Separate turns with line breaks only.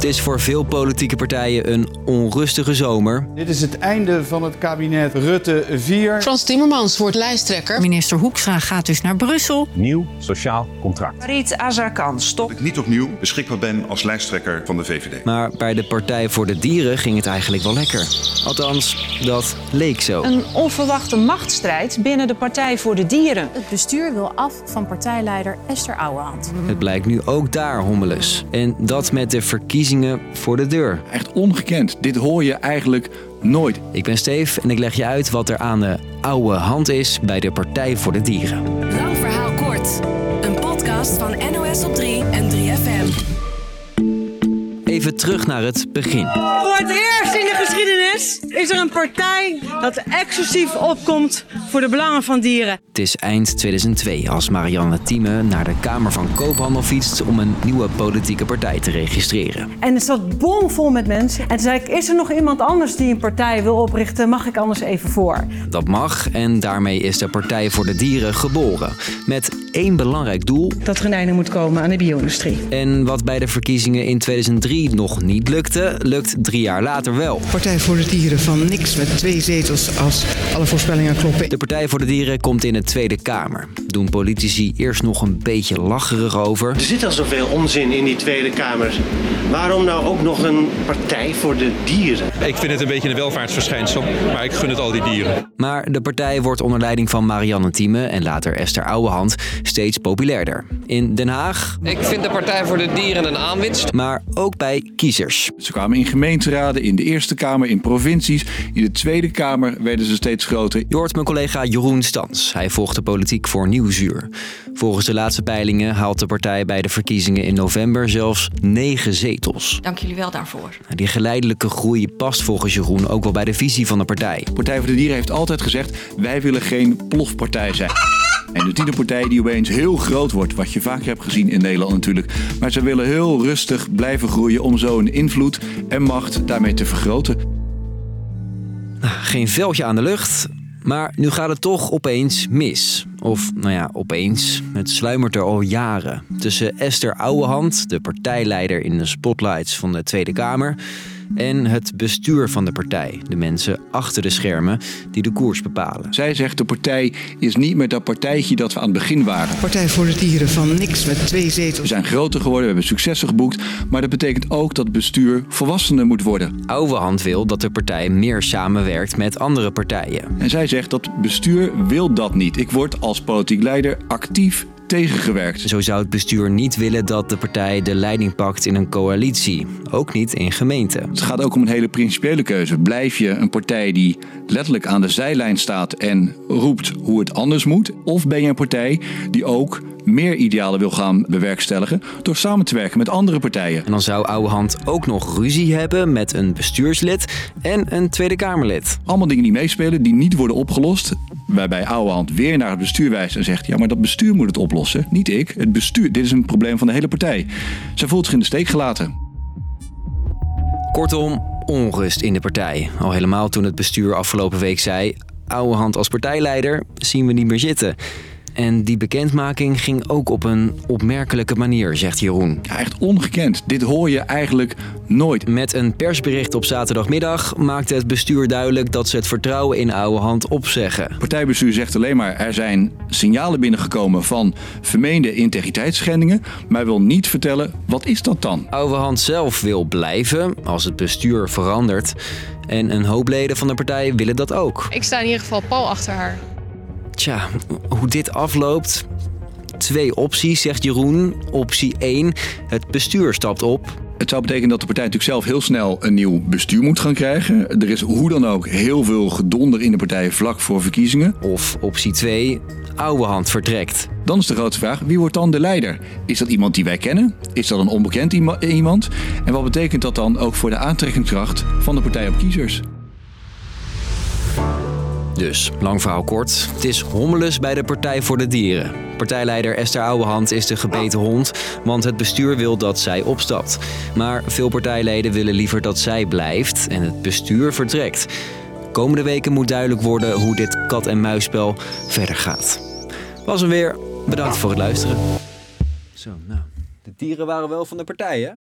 is voor veel politieke partijen een onrustige zomer.
Dit is het einde van het kabinet Rutte 4.
Frans Timmermans wordt lijsttrekker.
Minister Hoekstra gaat dus naar Brussel.
Nieuw sociaal contract.
Farid Azarkan stop.
Dat ik niet opnieuw beschikbaar ben als lijsttrekker van de VVD.
Maar bij de Partij voor de Dieren ging het eigenlijk wel lekker. Althans, dat leek zo.
Een onverwachte machtsstrijd binnen de Partij voor de Dieren.
Het bestuur wil af van partijleider Esther Ouwehand.
Het blijkt nu ook daar hommeles. En dat met de verkiezingen voor de deur.
Echt ongekend. Dit hoor je eigenlijk nooit.
Ik ben Steef en ik leg je uit wat er aan de oude hand is bij de Partij voor de Dieren.
Lang verhaal kort. Een podcast van NOS op 3 en 3FM.
Even terug naar het begin.
Voor het eerst in de geschiedenis is er een partij dat exclusief opkomt voor de belangen van dieren.
Het is eind 2002 als Marianne Thieme naar de Kamer van Koophandel fietst om een nieuwe politieke partij te registreren.
En het zat bomvol met mensen. En toen zei ik, is er nog iemand anders die een partij wil oprichten? Mag ik anders even voor?
Dat mag en daarmee is de Partij voor de Dieren geboren. Met één belangrijk doel.
Dat er een einde moet komen aan de bio-industrie.
En wat bij de verkiezingen in 2003 nog niet lukte, lukt drie jaar later wel.
Partij voor de Dieren van niks met twee zetels als alle voorspellingen kloppen.
De Partij voor de Dieren komt in de Tweede Kamer. Doen politici eerst nog een beetje lacherig over.
Er zit al zoveel onzin in die Tweede Kamer. Waarom nou ook nog een Partij voor de Dieren?
Ik vind het een beetje een welvaartsverschijnsel, maar ik gun het al die dieren.
Maar de partij wordt onder leiding van Marianne Thieme en later Esther Ouwehand steeds populairder. In Den Haag.
Ik vind de Partij voor de Dieren een aanwinst.
Maar ook bij kiezers.
Ze kwamen in gemeenteraden, in de Eerste Kamer, in provincies. In de Tweede Kamer werden ze steeds groter.
Je hoort mijn collega Jeroen Stans. Hij volgt de politiek voor Nieuwsuur. Volgens de laatste peilingen haalt de partij bij de verkiezingen in november zelfs negen zetels. Nou,
Dank jullie wel daarvoor.
Die geleidelijke groei past volgens Jeroen ook wel bij de visie van de partij.
Partij voor de Dieren heeft altijd gezegd: wij willen geen plofpartij zijn. En de tienerpartij die opeens heel groot wordt, wat je vaak hebt gezien in Nederland natuurlijk. Maar ze willen heel rustig blijven groeien om zo hun invloed en macht daarmee te vergroten.
Geen veldje aan de lucht, maar nu gaat het toch opeens mis. Of nou ja, opeens. Het sluimert er al jaren. Tussen Esther Ouwehand, de partijleider in de spotlights van de Tweede Kamer, en het bestuur van de partij, de mensen achter de schermen die de koers bepalen.
Zij zegt de partij is niet meer dat partijtje dat we aan het begin waren.
Partij voor de dieren van niks met twee zetels.
We zijn groter geworden, we hebben successen geboekt, maar dat betekent ook dat bestuur volwassener moet worden.
Ouwehand wil dat de partij meer samenwerkt met andere partijen.
En zij zegt dat bestuur wil dat niet. Ik word als politiek leider actief tegengewerkt.
Zo zou het bestuur niet willen dat de partij de leiding pakt in een coalitie, ook niet in gemeenten.
Het gaat ook om een hele principiële keuze. Blijf je een partij die letterlijk aan de zijlijn staat en roept hoe het anders moet, of ben je een partij die ook meer idealen wil gaan bewerkstelligen door samen te werken met andere partijen.
En dan zou Ouwehand ook nog ruzie hebben met een bestuurslid en een Tweede Kamerlid.
Allemaal dingen die meespelen, die niet worden opgelost. Waarbij Ouwehand weer naar het bestuur wijst en zegt: Ja, maar dat bestuur moet het oplossen. Niet ik, het bestuur. Dit is een probleem van de hele partij. Zij voelt zich in de steek gelaten.
Kortom, onrust in de partij. Al helemaal toen het bestuur afgelopen week zei: Ouwehand als partijleider zien we niet meer zitten. En die bekendmaking ging ook op een opmerkelijke manier, zegt Jeroen.
Ja, echt ongekend. Dit hoor je eigenlijk nooit.
Met een persbericht op zaterdagmiddag maakte het bestuur duidelijk dat ze het vertrouwen in oude hand opzeggen.
Partijbestuur zegt alleen maar er zijn signalen binnengekomen van vermeende integriteitsschendingen, maar wil niet vertellen wat is dat dan.
Oude hand zelf wil blijven als het bestuur verandert. En een hoop leden van de partij willen dat ook.
Ik sta in ieder geval pal achter haar
tja, hoe dit afloopt. Twee opties, zegt Jeroen. Optie 1, het bestuur stapt op.
Het zou betekenen dat de partij natuurlijk zelf heel snel een nieuw bestuur moet gaan krijgen. Er is hoe dan ook heel veel gedonder in de partij vlak voor verkiezingen.
Of optie 2, oude hand vertrekt.
Dan is de grote vraag, wie wordt dan de leider? Is dat iemand die wij kennen? Is dat een onbekend iemand? En wat betekent dat dan ook voor de aantrekkingskracht van de partij op kiezers?
Dus, lang verhaal kort, het is hommeles bij de Partij voor de Dieren. Partijleider Esther Ouwehand is de gebeten hond, want het bestuur wil dat zij opstapt. Maar veel partijleden willen liever dat zij blijft en het bestuur vertrekt. Komende weken moet duidelijk worden hoe dit kat-en-muisspel verder gaat. Was hem weer, bedankt voor het luisteren. Zo, nou, de dieren waren wel van de partij, hè?